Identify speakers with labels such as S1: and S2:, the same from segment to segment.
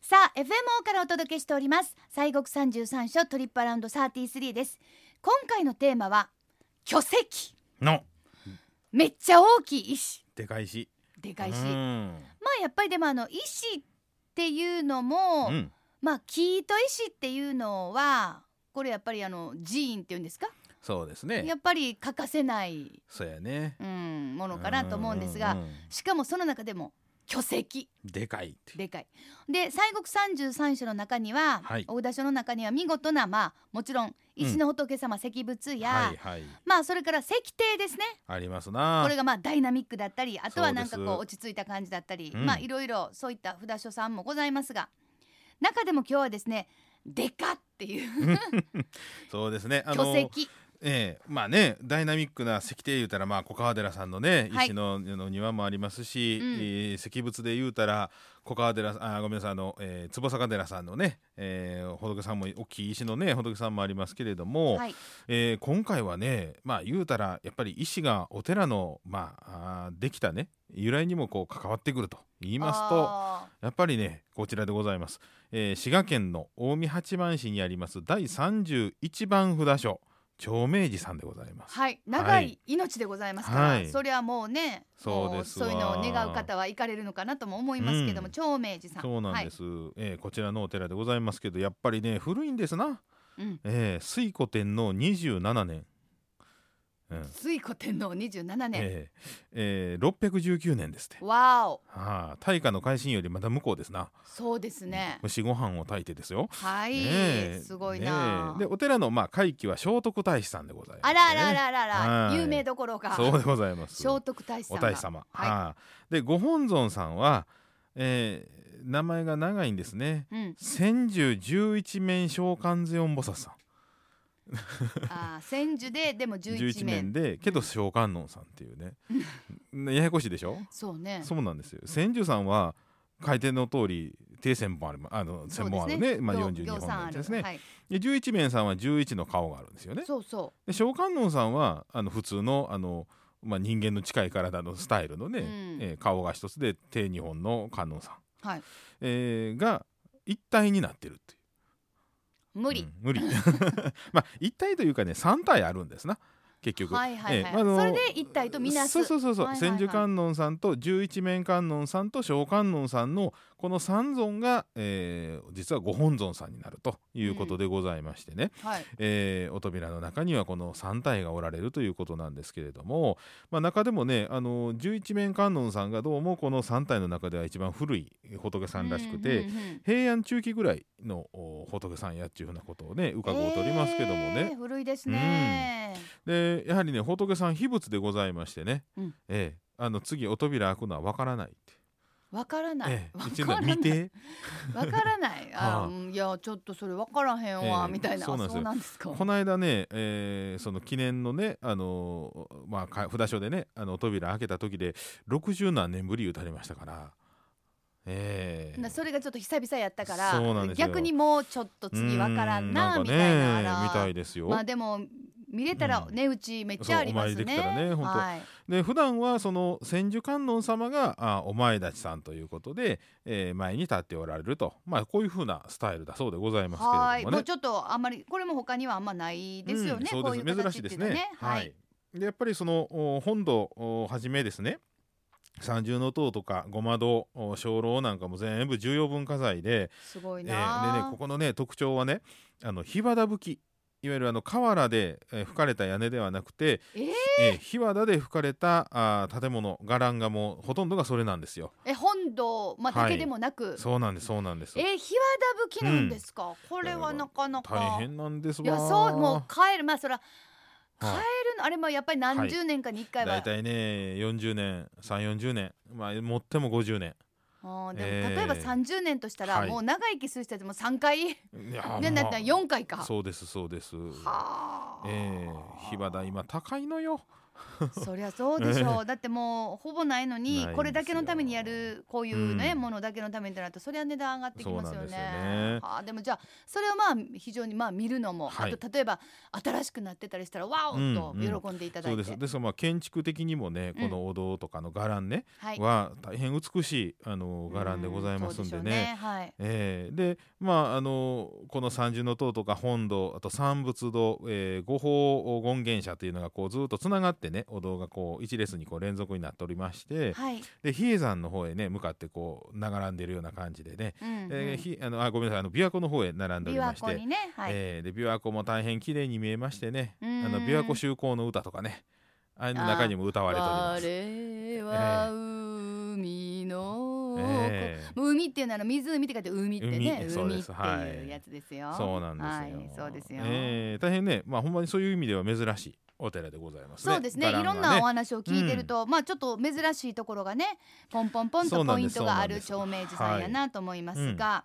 S1: さあ FMO からお届けしております西国三十三所トリップアラウンド33です今回のテーマは巨石
S2: の
S1: めっちゃ大きい石
S2: でかいし
S1: でかいし、
S2: う
S1: ま
S2: ん
S1: あやっぱりでもあの石っていうのも、
S2: うん
S1: まあ木と石っていうのはこれやっぱりあの寺院っていうんですか
S2: そうですね
S1: やっぱり欠かせない、
S2: そうやね
S1: うん、ものかなと思うんですが、
S2: うんうんうん
S1: しかもその中でも巨石
S2: でかいって
S1: でかいで西国三十三所の中には、
S2: はい
S1: 大田所の中には見事なまあもちろん石の仏様石仏や、
S2: はいはい
S1: まあそれから石庭ですね
S2: ありますな
S1: これがまあダイナミックだったりあとはなんかこう
S2: そうです
S1: 落ち着いた感じだったり、
S2: うん
S1: まあいろいろそういった札所さんもございますが中でも今日はですねでかっていう
S2: そうですねあの
S1: 巨石
S2: ええまあねダイナミックな石庭言うたらまあ小川寺さんのね
S1: はい
S2: 石の,、の庭もありますし、
S1: うん
S2: えー石仏で言うたら小川寺あーごめんなさいあの、えー、坪坂寺さんのね、えー、仏さんも大きい石のね仏さんもありますけれども、
S1: はい
S2: えー今回はねまあ言うたらやっぱり石がお寺のまああーできたね由来にもこう関わってくると言いますと。
S1: あ
S2: やっぱりねこちらでございます、えー滋賀県の近江八幡市にあります第31番札所長明寺さんでございま
S1: ー
S2: す
S1: はい長い命でございますから、
S2: はい
S1: それはもうね
S2: そう
S1: も
S2: です
S1: そ
S2: わ
S1: ういうのを願う方は行かれるのかなとも思いますけども、
S2: うん
S1: 長明寺さん
S2: そうなんで、す、えーこちらのお寺でございますけどやっぱりね古いんですな、
S1: はいうん、
S2: えー、水古天皇27年、うん
S1: 水古天皇27年、
S2: えーえー619年ですって
S1: わお
S2: はあ大化の改新よりまだ向こうですな
S1: そうですね
S2: 虫ご飯を炊いてですよ
S1: はい、
S2: ねえ
S1: すごいな、
S2: ねえでお寺のまあ会期は聖徳太子さんでござい
S1: あ
S2: ます、ね、
S1: らあらあらあらあら
S2: はい
S1: 有名どころが
S2: そうでございます
S1: 聖徳太子さ
S2: お
S1: んが
S2: 大師様、
S1: はい
S2: はい、でご本尊さんは、えー名前が長いんですね
S1: うん、
S2: 千住十一面召喚世音菩薩さ
S1: あー千住ででも
S2: ん
S1: 11
S2: 11
S1: 面
S2: 面でけど召喚音さんっていうね、ねややこしいでしょ、
S1: そうね
S2: そうなんですよ千住さんは回転の通り低線本ありまあの
S1: そ
S2: 線
S1: うで
S2: 本
S1: す
S2: あるねまあ
S1: 行
S2: 42
S1: 行
S2: 本
S1: さん
S2: な
S1: あ
S2: ん
S1: る
S2: ですね、
S1: はい、
S2: で11面さんは11の顔があるんですよね
S1: そうそ
S2: で召喚音さんはあの普通のあの、まあ、人間の近い体のスタイルのね、
S1: うん
S2: えー顔が一つで低日本の観音さん、
S1: はい
S2: えーが一体になってるっていう
S1: う無理、
S2: うん無理 まあ一体というかね三体あるんですな結局
S1: はいはいはい、
S2: ええあの
S1: それで一体とみなす
S2: そうそうそうそう、
S1: はいはいはい
S2: 千手観音さんと十一面観音さんと小観音さんのこの三尊が、えー実はご本尊さんになるということでございましてね、
S1: はい
S2: えーお扉の中にはこの3体がおられるということなんですけれども、まあ、中でもねあの十一面観音さんがどうもこの3体の中では一番古い仏さんらしくて、
S1: うんうんうん
S2: 平安中期ぐらいのお仏さんやっていうふうなことをね伺うとおりますけども
S1: えー
S2: ね、
S1: 古いですね、
S2: でやはりね仏さん秘仏でございましてね、
S1: うん
S2: ええあの次お扉開くのはわからないって。
S1: わからない、
S2: ええ
S1: わ
S2: 一応ね
S1: からない
S2: 見て
S1: わからないあ、
S2: はあ
S1: うんいやちょっとそれわからへんわ、
S2: ええ
S1: みたいな
S2: そうなんですよ
S1: あんですか
S2: この間ね、えーその記念のね、あのーまあか、札所でねあのお扉開けた時で60何年ぶり打たれましたから、えー
S1: なそれがちょっと久々やったから
S2: そうなんですよ
S1: 逆にもうちょっと次わからんな
S2: うー
S1: みたいなあ
S2: ん
S1: ら
S2: んかねみたいですよ、
S1: まあでも見れたら
S2: うん
S1: 値打ちめっちゃありますね。
S2: そうお参りできたらね本当
S1: はい、
S2: で普段はその千手観音様があお前立ちさんということで、えー前に立っておられると、まあ、こういうふうなスタイルだそうでございますけ
S1: は
S2: れ
S1: い
S2: ども
S1: も
S2: ね
S1: うちょっとあんまりこれも他にはあんまないですよね。
S2: うん
S1: こ
S2: そうう
S1: い
S2: で
S1: う
S2: す
S1: 形
S2: 珍しい
S1: って
S2: で
S1: いう
S2: す
S1: のは
S2: ね。
S1: ね。
S2: はい、でやっぱりそのお本堂をはじめですね三重の塔とかごま堂お鐘楼なんかも全部重要文化財で,、
S1: すご
S2: え
S1: い
S2: ー
S1: な、
S2: でねここのね特徴はねあの火肌吹きいわゆるあの瓦で、えー吹かれた屋根ではなくて、
S1: えー
S2: えー火肌で吹かれたあー建物伽藍がもうほとんどがそれなんですよ。
S1: え本堂まあ、
S2: は
S1: だ
S2: い
S1: けでもなく、
S2: そうなんですそうなんです
S1: えー、日和田吹きなんですか、これはなかなか
S2: 大変なんですわ
S1: いやそうもう帰るまあそら帰る
S2: はい
S1: のあれもやっぱり何十年かに一回は、
S2: 大体ね40年340年まあ持っても50年
S1: あーでも
S2: えー
S1: 例えば30年としたら、
S2: はい
S1: もう長生きする人たちも3回、ね
S2: いやー
S1: なんだっ
S2: ま
S1: た
S2: あ
S1: ら4回か。
S2: そうですそうです
S1: はあ
S2: ええ火花今高いのよ
S1: そりゃそうでしょう、 だってもうほぼないのに
S2: ないんですよ
S1: これだけのためにやるこういうね、
S2: うん
S1: ものだけのためにとなるとそりゃ値段上がってきますよね。
S2: そうなんですよね
S1: あーでもじゃあそれをまあ非常にまあ見るのも、
S2: はい
S1: あと例えば新しくなってたりしたらわお
S2: うん
S1: と
S2: うん
S1: 喜んでいただ
S2: そ
S1: いうて、
S2: ですですからまあ建築的にもね
S1: うん
S2: このお堂とかの伽藍ね、
S1: はい、
S2: は大変美しいあの伽藍でございますんで
S1: うそう
S2: ね。
S1: しょうはい、
S2: えーでまああのこの三重の塔とか本堂あと三仏堂、えー五宝権現社というのがこうずっとつながってねお堂がこう一列にこう連続になっておりまして、
S1: はい、
S2: で比叡山の方へね向かってこう並んでるような感じでね、
S1: うんうん
S2: えーひあのあごめんなさいあの琵琶湖の方へ並んでお
S1: 琵
S2: りま
S1: 琶
S2: して
S1: 湖にね、はい、
S2: えーで琵琶湖も大変綺麗に見えましてねあ
S1: うん
S2: の琵琶湖修好の歌とかねあれの中にも歌われております。
S1: 我は海の、
S2: えー
S1: 海っていうのはあの湖って書いて海ってね
S2: 海
S1: 海
S2: そう
S1: っ
S2: です
S1: て
S2: はい
S1: いうやつですよ。
S2: そうなんですよ。
S1: はい、そうですよ。
S2: えー大変ね、まあほんまにそういう意味では珍しいお寺でございますね。
S1: そうですね
S2: 伽
S1: い
S2: 藍が
S1: ろんなお話を聞いてると、まあちょっと珍しいところがねポンポンポン
S2: そ
S1: と
S2: うな
S1: ポイ
S2: んで
S1: ン
S2: す
S1: トがある
S2: そ
S1: 長
S2: うなんです
S1: 明寺さんやなと思いますが、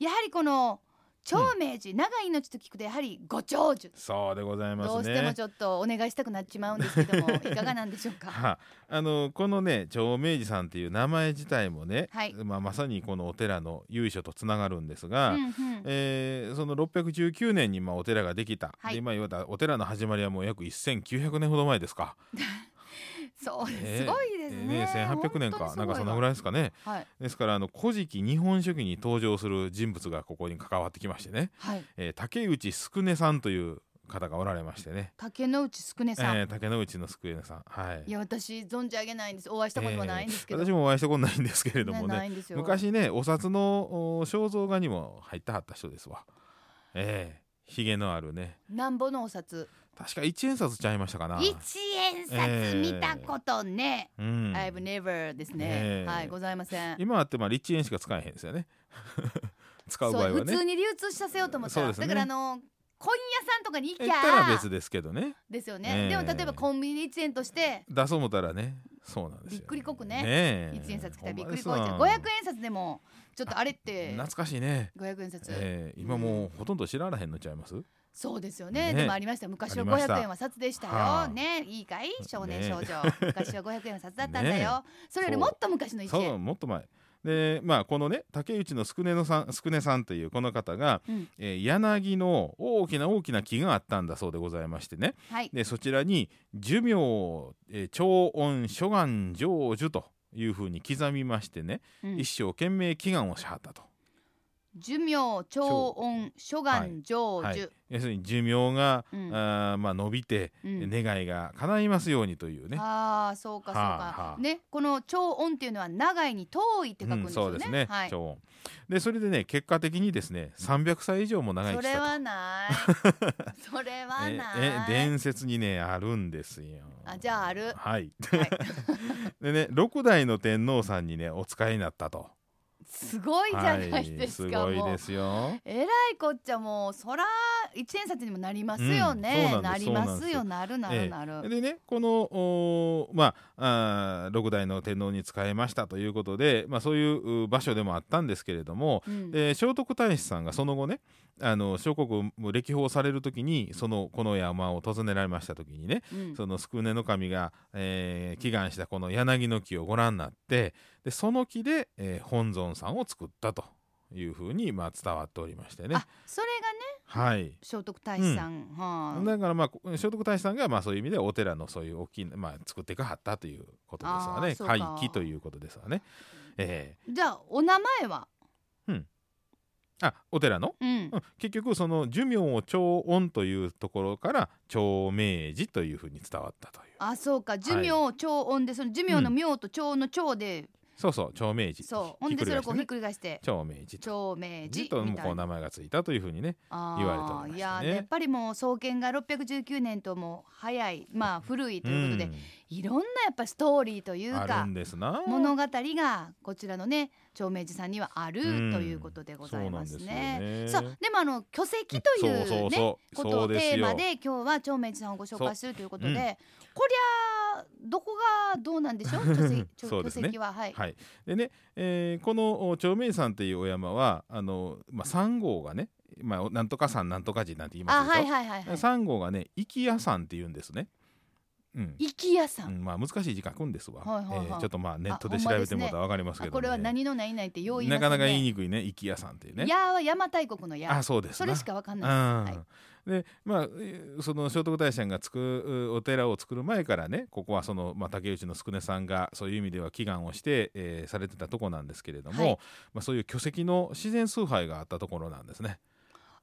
S1: やはりこの長明寺、長い命と聞くとやはりご長寿、
S2: そうでございますね。
S1: どうしてもちょっとお願いしたくなっちまうんですけどもいかがなんでしょうか。
S2: はあのこのね長明寺さんっていう名前自体もね、
S1: はい
S2: まあ、まさにこのお寺の由緒とつながるんですが、
S1: うんうん
S2: えーその619年にまあお寺ができた、
S1: はい
S2: で今言われたお寺の始まりはもう約1900年ほど前ですか、
S1: そうです、
S2: えー
S1: すごいですね。
S2: えー1800年かなんかそんなぐ
S1: らい。
S2: らいですかね
S1: はい
S2: ですからあの「古事記日本書紀」に登場する人物がここに関わってきましてね
S1: はい。
S2: えー竹内宿根さんという方がおられましてね、
S1: 竹之内すくね
S2: え
S1: さん、
S2: ー竹之内の宿根さん、はい、
S1: いや私存じ上げないんですお会いしたことはないんですけど、
S2: えー私もお会いしたことないんですけれども
S1: なな
S2: ね
S1: いんですよ
S2: 昔ねお札のお肖像画にも入ってはった人ですわええひげのあるね
S1: なんぼのお札
S2: 確か一円札ちゃいましたかな
S1: 一円札見たことね、
S2: うん、
S1: I've never ですね、
S2: えー
S1: はいございません
S2: 今あってまあ一円しか使えへんですよね 使う場
S1: そう
S2: 合は
S1: 普
S2: ね
S1: 通に流通させようと思った
S2: そう
S1: ら、
S2: ですね
S1: だからあの今夜さんとかに行き
S2: えったら
S1: ゃ
S2: 別ですけどね
S1: ですよね、
S2: えー
S1: でも例えばコンビニ一円として
S2: 出そう思ったらねそうなんですよ、
S1: びっくりこくね
S2: え
S1: 一円札来たらびっくりこ
S2: ほん
S1: い
S2: ま
S1: ち
S2: です
S1: ゃ
S2: わ
S1: う500円札でもちょっとあれって
S2: 懐かしいね
S1: 500円札、
S2: えー、今もうほとんど知られへんのちゃいます、
S1: そうですよね
S2: ね
S1: でもありましたよ昔は
S2: ありました
S1: 500円は札でしたよ、
S2: はあ
S1: ねいいかい少年
S2: ね
S1: 少女、昔は500円は札だったんだよ、
S2: ね
S1: それよりもっと昔の1
S2: そう
S1: 円
S2: もっと前でまあこのね竹内の宿根のさん宿根さんというこの方が、
S1: うん
S2: えー柳の大きな大きな木があったんだそうでございましてね
S1: はい
S2: でそちらに寿命、えー長音諸願成就というふうに刻みましてね、
S1: うん
S2: 一生懸命祈願をしはったと
S1: 寿命長音諸願成就、
S2: はい要するに寿命が、
S1: うん
S2: あーまあ、伸びて、
S1: うん
S2: 願いが叶いますようにというね。
S1: ああそうかそうか、
S2: はあはあ
S1: ねこの長音っていうのは長いに遠いって書くんですよね、
S2: うん、そうですね、
S1: はい
S2: 超音でそれでね結果的にですね300歳以上も長生
S1: そ
S2: きし
S1: れ
S2: たと
S1: は ないそれは
S2: え
S1: ない
S2: え伝説にねあるんですよ。
S1: あじゃあある
S2: はい、
S1: はい
S2: でね6代の天皇さんにねお使いになったと。
S1: すご いじゃない
S2: は
S1: で
S2: い、す
S1: すか、
S2: ごい
S1: もう
S2: ですよ。
S1: えらいこっちゃもうそら一円札にもなりますよね、
S2: うんそうな
S1: なん
S2: です
S1: ります
S2: そ
S1: よ
S2: う
S1: なるな
S2: え
S1: る
S2: え
S1: なる、
S2: でねこのおーまああー6代の天皇に使えましたということで、まあ、そういうう場所でもあったんですけれども、
S1: うん
S2: で聖徳太子さんがその後ねあの諸国を歴訪される時にそのこの山を訪ねられました時にね
S1: うん
S2: その宿根の神が、えー祈願したこの柳の木をご覧になってでその木で、えー本尊さんを作ったというふうに、まあ、伝わっておりましてね
S1: あ。それがね
S2: はい
S1: 聖徳太子さん、はあ
S2: だからまあこ聖徳太子さんがまあそういう意味ではお寺のそういう大きい、まあ、作ってかはったということです
S1: あ
S2: わ
S1: ー
S2: ね
S1: そうか
S2: 会期ということですわね。え
S1: じゃあお名前は、
S2: ーあお寺の、
S1: うん
S2: うん、結局その寿命を長音というところから長明寺というふうに伝わったという
S1: あそうか寿命、長音でその寿命の妙と長の長で、
S2: そうそう長明寺
S1: そうほんでそれをこうひっ
S2: ね、
S1: くり返して
S2: 長明寺と
S1: 長明
S2: 寺
S1: 寺
S2: と
S1: み
S2: も
S1: た
S2: こ
S1: いうな
S2: 名前がついたというふうにね
S1: あ
S2: 言われておりましたね
S1: ーいやーやっぱりもう創建が619年とも早いまあ古いということで、
S2: ん
S1: いろんなやっぱストーリーという
S2: あ
S1: か
S2: るんですな
S1: 物語がこちらのね長明寺さんにはあると
S2: うん
S1: いうことでございますね。
S2: そ
S1: そうう
S2: なんですよね
S1: でもあの巨石というね
S2: そうそうそう
S1: こと
S2: そ
S1: を
S2: うです
S1: テ
S2: よ
S1: ーマで今日は長明寺さんをご紹介するということで、
S2: そううん
S1: こりゃどこがどうなんで しょう巨石ちょ
S2: そう
S1: 巨
S2: ですね
S1: 石は、はい、
S2: はい、でね、えーこのお長明山っていうお山はあの、まあ、3号がね、まあ、おなんとか山なんとか寺なんて言い
S1: あ
S2: ますでしょ、
S1: はいはいはいはい
S2: 3号がね生屋山っていうんですね。うん
S1: 生き家さ、
S2: うんんまあ難しい字書くんですわ、
S1: はいはいはい
S2: えーちょっとまあネットで
S1: あ
S2: 調
S1: ほんま
S2: べ
S1: です
S2: て
S1: ね
S2: もらったら分かりますけ
S1: あ
S2: ど、ね、
S1: これは何の何々ってよう言いま
S2: な
S1: すよ
S2: か
S1: ね
S2: なか言いにくいね「き屋さん」っていうね。
S1: やーは邪馬台国のや
S2: あそうです
S1: そ
S2: な
S1: れしかわかん
S2: うん
S1: ない
S2: でまあえーその聖徳太子さんがつくお寺を作る前からねここはその、まあ、竹内の宿根さんがそういう意味では祈願をして、えーされてたとこなんですけれども、
S1: はい
S2: まあ、そういう巨石の自然崇拝があったところなんですね。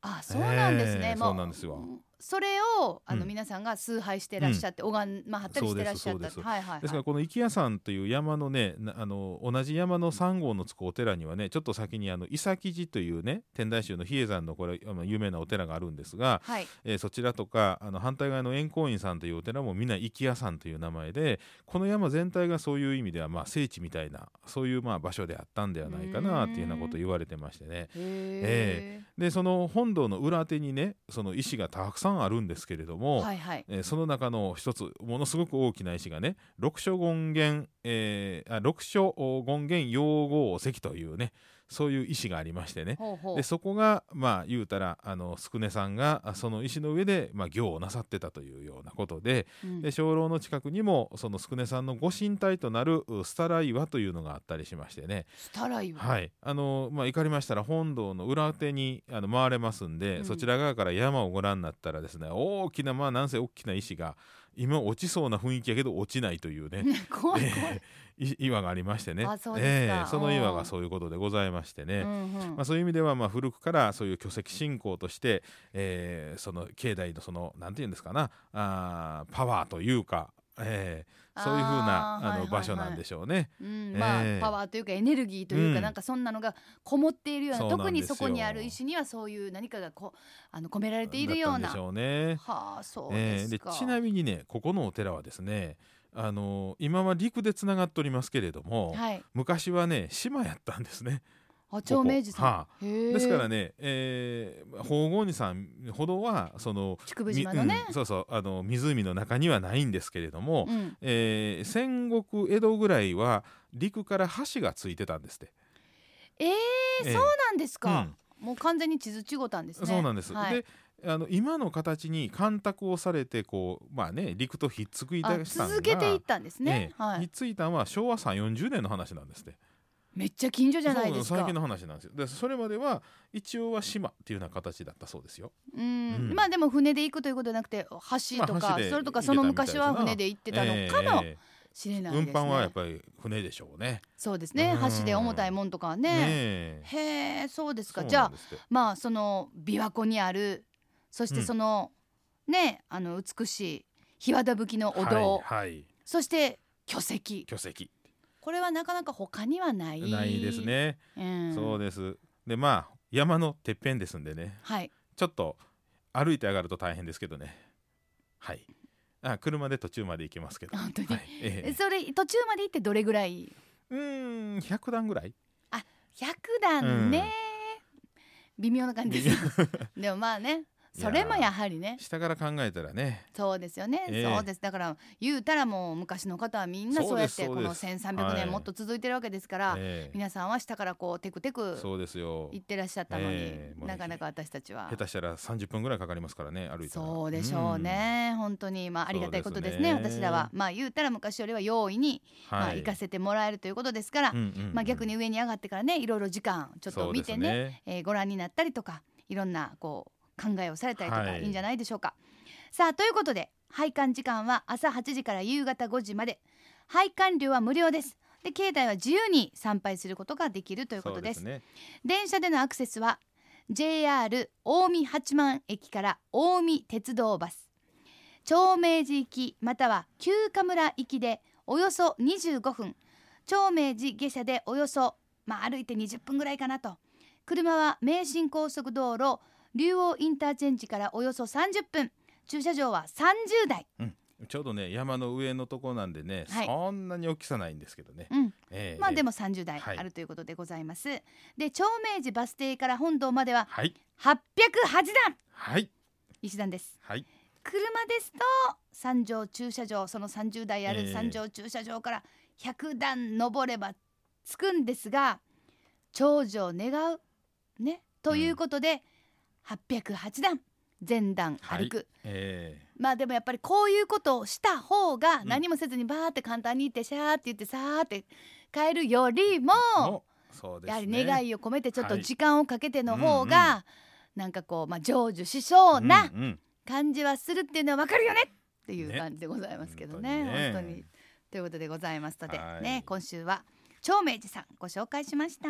S1: あそうなんですね、
S2: えー
S1: まあ
S2: そうなんですよ
S1: それをあの、
S2: うん
S1: 皆さんが崇拝してらっしゃって、拝んまあ、はったりしてらっしゃ
S2: そう
S1: っ
S2: で
S1: た
S2: すそう
S1: はいはい、はい、
S2: ですからこの池屋山という山のねなあの同じ山の3号のつくお寺にはねちょっと先にあの伊崎寺というね天台宗の比叡山のこれあの有名なお寺があるんですが、
S1: はい
S2: えーそちらとかあの反対側の円光院さんというお寺もみんな池屋山という名前でこの山全体がそういう意味ではまあ聖地みたいなそういうまあ場所であったんではないかなっていうようなことを言われてましてね
S1: へ
S2: でその本堂の裏手にねその石がたくさんあるんですけれど
S1: ー
S2: も、
S1: はいはい
S2: えーその中の一つものすごく大きな石がね六所権現、えーあ六所権現用号石というねそういう石がありましてね
S1: ほうほう
S2: でそこがまあ言うたらあの宿根さんがあその石の上で、まあ、行をなさってたというようなことで
S1: うん
S2: で鐘楼の近くにもその宿根さんのご神体となるうスタラ岩というのがあったりしましてね
S1: スタライは、
S2: はい、あのまあ、怒りましたら本堂の裏手にあの回れますん
S1: う
S2: で、
S1: ん
S2: そちら側から山をご覧になったらですね大きなまあなんせ大きな石が今落ちそうな雰囲気やけど落ちないというね
S1: 怖い怖い、
S2: えーい岩がありましてね
S1: あそうですか
S2: えーその岩がそういうことでございましてね。
S1: うんうん
S2: まあ、そういう意味ではまあ古くからそういう巨石信仰として、えーその境内のそのなんていうんですかなあーパワーというか、えーそういうふうな
S1: あー
S2: あ
S1: はいはいは
S2: の
S1: い
S2: 場所なんでしょうね。
S1: うんまあ、
S2: ええ
S1: パワーというかエネルギーというか、
S2: うん
S1: なんかそんなのがこもっているような
S2: そうなん
S1: 特に
S2: ですよ
S1: そこにある石にはそういう何かがこうあの込められているよう
S2: だ
S1: な
S2: ったんでしょうね。
S1: はあそう
S2: え
S1: で
S2: ー
S1: す
S2: で
S1: か、
S2: ちなみにねここのお寺はですね、あのー今は陸でつながっておりますけれども、
S1: はい
S2: 昔はね島やったんですね。
S1: あ長明寺さん、
S2: はあですから
S1: ね
S2: ね、えー、宝厳寺さんほどはその
S1: 竹生
S2: み
S1: 島のね、
S2: うんそうそうあの湖の中にはないんですけれども、
S1: うん
S2: えー戦国江戸ぐらいは陸から橋がついてたんですって。
S1: えー、
S2: えー
S1: そうなんです
S2: う
S1: か
S2: ん、
S1: もう完全に地図違ったんですね
S2: そうなんです、
S1: はい
S2: であの今の形に干拓をされてこうまあね陸とひっつくい
S1: あ
S2: だしたんが
S1: 続けていったんですね
S2: え、え
S1: は
S2: ひっ
S1: い
S2: ついたんは昭和3 4 0年の話なんですって
S1: めっちゃ近所じゃないです
S2: そう最
S1: か
S2: 近の話なんですよでそれまでは一応は島っていうような形だったそうですよ
S1: うん、
S2: うん
S1: まあでも船で行くということじゃなくて橋と
S2: まあ
S1: か、
S2: 橋で
S1: それとかその
S2: 行けたみた
S1: 昔
S2: いですな
S1: は船で行ってたのかも
S2: ええ
S1: しれないです
S2: 運
S1: ね、
S2: 搬はやっぱり船でしょうね
S1: そうですね
S2: うん
S1: 橋で重たいもんとかはね
S2: ねえ
S1: へえそうですか
S2: そう
S1: じゃ
S2: なん
S1: あ
S2: ですって
S1: まあその琵琶湖にあるそして
S2: うん
S1: その、ねあの美しい日和田吹きのお堂、
S2: はい、はい、
S1: そして巨石
S2: 巨石
S1: これはなかなか他にはない
S2: ないです、ね、
S1: うん、
S2: そうですでまあ山のてっぺんですんでね
S1: はい
S2: ちょっと歩いて上がると大変ですけどねはいあ車で途中まで行けますけど
S1: 本当に
S2: はいええ
S1: えそれ途中まで行ってどれぐらいう
S2: ーん100段ぐらい
S1: 100段ね、微妙な感じです でもまあねそれもやはりね
S2: 下から考えたらね
S1: そうですよね、
S2: ええ
S1: そうですだから言うたらもう昔の方はみんな
S2: そ
S1: そううや
S2: で
S1: っ
S2: す
S1: てこの
S2: そうです
S1: 1300
S2: はい
S1: 年もっと続いてるわけですから、
S2: ええ
S1: 皆さんは下からこうテクテク
S2: そうですよ
S1: 行ってらっしゃったのに、
S2: ええもう
S1: なかなか私たちは
S2: 下手したら30分ぐらいかかりますからね歩いたら
S1: そうでしょう、ね、本当にまあありがたいことですね
S2: そうですね
S1: 私らはまあ言うたら昔よりは容易に、
S2: うん
S1: まあ、行かせてもらえるということですから、
S2: うんうんうん
S1: まあ、逆に上に上がってからねいろいろ時間ちょっと見てね
S2: そうですね
S1: えーご覧になったりとかいろんなこう考えをされたりとか、
S2: はい
S1: い、いんじゃないでしょうか。さあということで拝観時間は朝8時から夕方5時まで拝観料は無料です。で境内は自由に参拝することができるということです。
S2: そうね
S1: 電車でのアクセスは JR 近江八幡駅から近江鉄道バス長明寺行きまたは旧河村行きでおよそ25分長明寺下車でおよそ、まあ、歩いて20分ぐらいかなと車は名神高速道路竜王インターチェンジからおよそ30分駐車場は30台、
S2: ちょうどね山の上のとこなんでね、
S1: はい
S2: そんなに大きさないんですけどね、
S1: うん、
S2: ええ
S1: まあでも30台
S2: はい
S1: あるということでございます、で長明寺バス停から本堂までは
S2: はい
S1: 808段
S2: はい
S1: 石段です
S2: はい
S1: 車ですと三条駐車場その30台あ
S2: え
S1: る
S2: え
S1: 三条駐車場から100段登れば着くんですが長寿を願うねということで、808段前段
S2: はい
S1: 歩く、
S2: え
S1: まあでもやっぱりこういうことをした方が
S2: うん
S1: 何もせずにバーって簡単に言ってシャーって言ってさーって帰るよりも
S2: えのそうです
S1: やは
S2: ね
S1: り願いを込めてちょっと
S2: はい
S1: 時間をかけての方
S2: うん
S1: がなんかこうまあ成就しそうな
S2: うんうん
S1: 感じはするっていうのはわかるよねっていう
S2: ね
S1: 感じでございますけどね
S2: 本当にね
S1: 本当にということでございますので
S2: はい
S1: ね今週は長明寺さんご紹介しました。